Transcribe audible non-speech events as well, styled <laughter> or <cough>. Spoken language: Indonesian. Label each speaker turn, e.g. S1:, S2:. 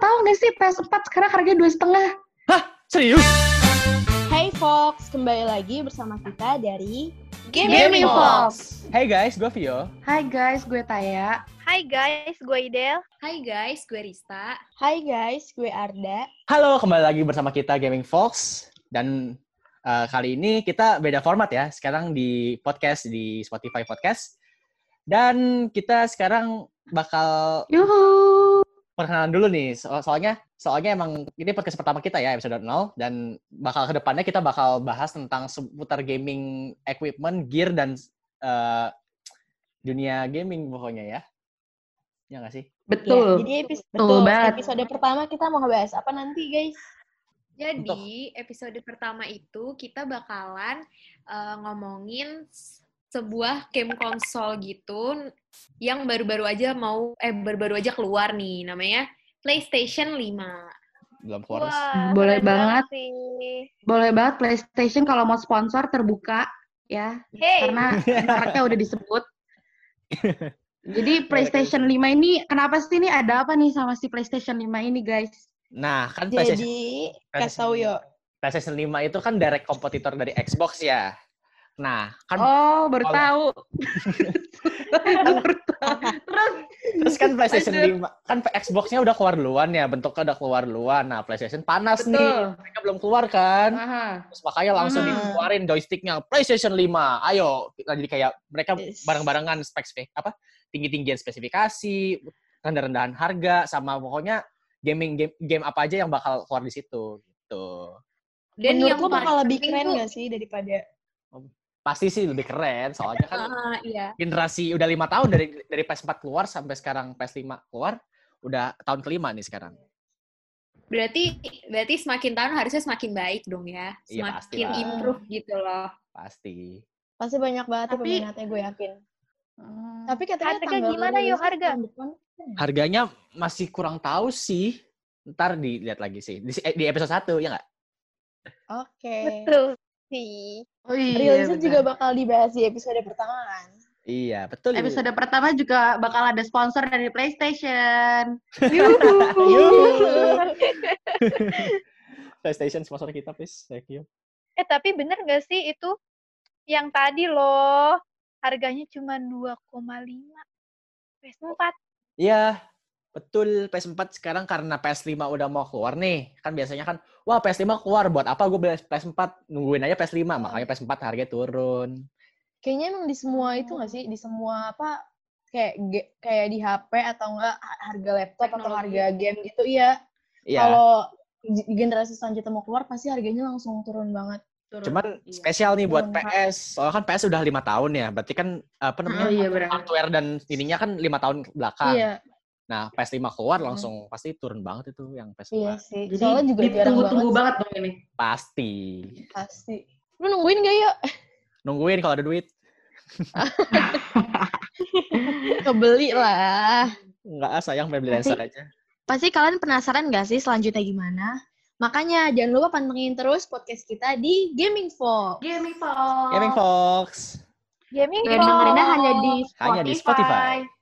S1: tahu nggak sih PS4 sekarang harganya dua setengah?
S2: Hah? Serius?
S3: Hey Fox, kembali lagi bersama kita dari
S2: Gaming Fox. Hey guys, gue Vio.
S1: Hai guys, gue Taya.
S4: Hai guys, gue Idel.
S5: Hai guys, gue Rista.
S3: Hai guys, gue Arda.
S2: Halo, kembali lagi bersama kita Gaming Fox. Dan eh, kali ini kita beda format ya. Sekarang di podcast, di Spotify Podcast. Dan kita sekarang bakal
S1: Yuhu.
S2: perkenalan dulu nih. So- soalnya soalnya emang ini podcast pertama kita ya episode 0 dan bakal kedepannya kita bakal bahas tentang seputar gaming equipment, gear dan eh, dunia gaming pokoknya ya. Ya nggak sih?
S3: Ya,
S1: Betul.
S3: jadi epis-
S1: Betul
S3: betul,
S1: banget.
S3: episode pertama kita mau ngebahas apa nanti guys?
S5: Jadi, episode pertama itu kita bakalan eh, ngomongin s- sebuah Ah, game konsol gitu yang baru-baru aja mau eh baru-baru aja keluar nih namanya PlayStation 5.
S2: Belum keluar.
S1: Boleh
S4: keren
S1: banget.
S4: sih.
S1: Boleh banget PlayStation kalau mau sponsor terbuka ya.
S4: Hey,
S1: Karena mereknya udah disebut. Jadi PlayStation 5 ini kenapa sih ini ada apa nih sama si PlayStation 5 ini guys?
S2: Nah, kan PlayStation,
S3: Jadi
S2: PlayStation.
S3: kasih tau yo.
S2: PlayStation 5 itu kan direct kompetitor dari Xbox ya. Nah, kan
S1: Oh, baru
S2: Oleh.
S1: <laughs> tahu. Baru tahu. Terus
S2: terus kan PlayStation
S1: lanjut.
S2: 5 kan Xbox-nya udah keluar duluan ya, bentuknya udah keluar duluan. Nah, PlayStation panas
S1: betul.
S2: nih, mereka belum keluar kan.
S1: Aha.
S2: Terus makanya langsung
S1: Hmm.
S2: dikeluarin joysticknya PlayStation 5. Ayo, Nah, jadi kayak mereka
S3: Yes.
S2: bareng-barengan spek spek apa tinggi-tinggian spesifikasi, rendah-rendahan harga, sama pokoknya gaming game, game apa aja yang bakal keluar di situ gitu.
S3: Menurut
S5: Dan
S3: lo
S5: yang
S3: bakal
S5: paling
S3: lebih
S5: penting
S3: keren
S5: tuh-
S3: gak sih daripada
S2: Pasti sih lebih keren, soalnya kan
S5: Ah, iya.
S2: generasi udah lima tahun dari dari PS4 keluar sampai sekarang PS5 keluar, udah tahun kelima nih sekarang.
S5: Berarti berarti semakin tahun harusnya semakin baik dong ya.
S2: Iya, pasti
S5: Semakin
S2: lah.
S5: improve gitu loh.
S2: Pasti.
S3: pasti banyak banget
S1: Tapi-
S3: Tapi... peminatnya gue yakin.
S1: Hmm.
S3: Tapi katanya
S4: Harga
S3: tanggal
S4: gimana, yo,
S3: rilisnya
S4: harga?
S3: tahun depan.
S2: Harganya masih kurang tahu sih. Ntar dilihat lagi sih. Di, di episode 1, ya nggak?
S3: Oke.
S4: betul sih.
S1: Oh iya,
S3: Rilisnya
S1: benar.
S3: juga bakal dibahas di episode pertama kan.
S2: Iya, betul.
S1: Episode pertama juga bakal ada sponsor dari PlayStation.
S2: Yuhu. PlayStation sponsor kita, please. Thank you.
S4: Eh tapi bener gak sih itu yang tadi loh harganya cuma 2,5 PS4.
S2: Iya, betul. PS4 sekarang karena PS5 udah mau keluar nih. Kan biasanya kan, wah PS5 keluar. Buat apa gue beli PS4? Nungguin aja PS5. Makanya PS4 harganya turun.
S3: Kayaknya emang di semua itu gak sih? Di semua apa kayak ge- kayak di HP atau enggak harga laptop atau
S5: Teknologi.
S3: harga game gitu iya.
S2: Iya.
S3: Kalau di- generasi selanjutnya mau keluar pasti harganya langsung turun banget. Turun.
S2: Cuman
S1: Iya.
S2: spesial nih buat
S3: Turun
S2: PS. Soalnya kan PS udah lima tahun ya. Berarti kan apa
S1: Oh
S2: namanya?
S1: iya benar.
S2: Hardware dan ininya kan lima tahun belakang.
S3: iya,
S2: Nah, PS5 keluar
S3: Mm.
S2: langsung pasti turun banget itu yang PS5.
S3: iya sih.
S1: Jadi
S3: Soalnya juga jarang
S1: ditunggu-tunggu
S3: banget,
S1: banget dong ini.
S2: Pasti.
S3: sih, pasti. Lu nungguin gak yuk?
S2: Nungguin kalau ada duit.
S3: Kebeli lah.
S2: Enggak, ah, sayang pengen beli
S3: Pasti.
S2: lensa aja.
S3: Pasti kalian penasaran gak sih selanjutnya gimana? Makanya jangan lupa pantengin terus podcast kita di Gaming Fox.
S1: Gaming
S2: Gaming Fox.
S4: Gaming
S1: Dan dengerinnya
S4: Box.
S1: hanya di
S2: Hanya di Spotify.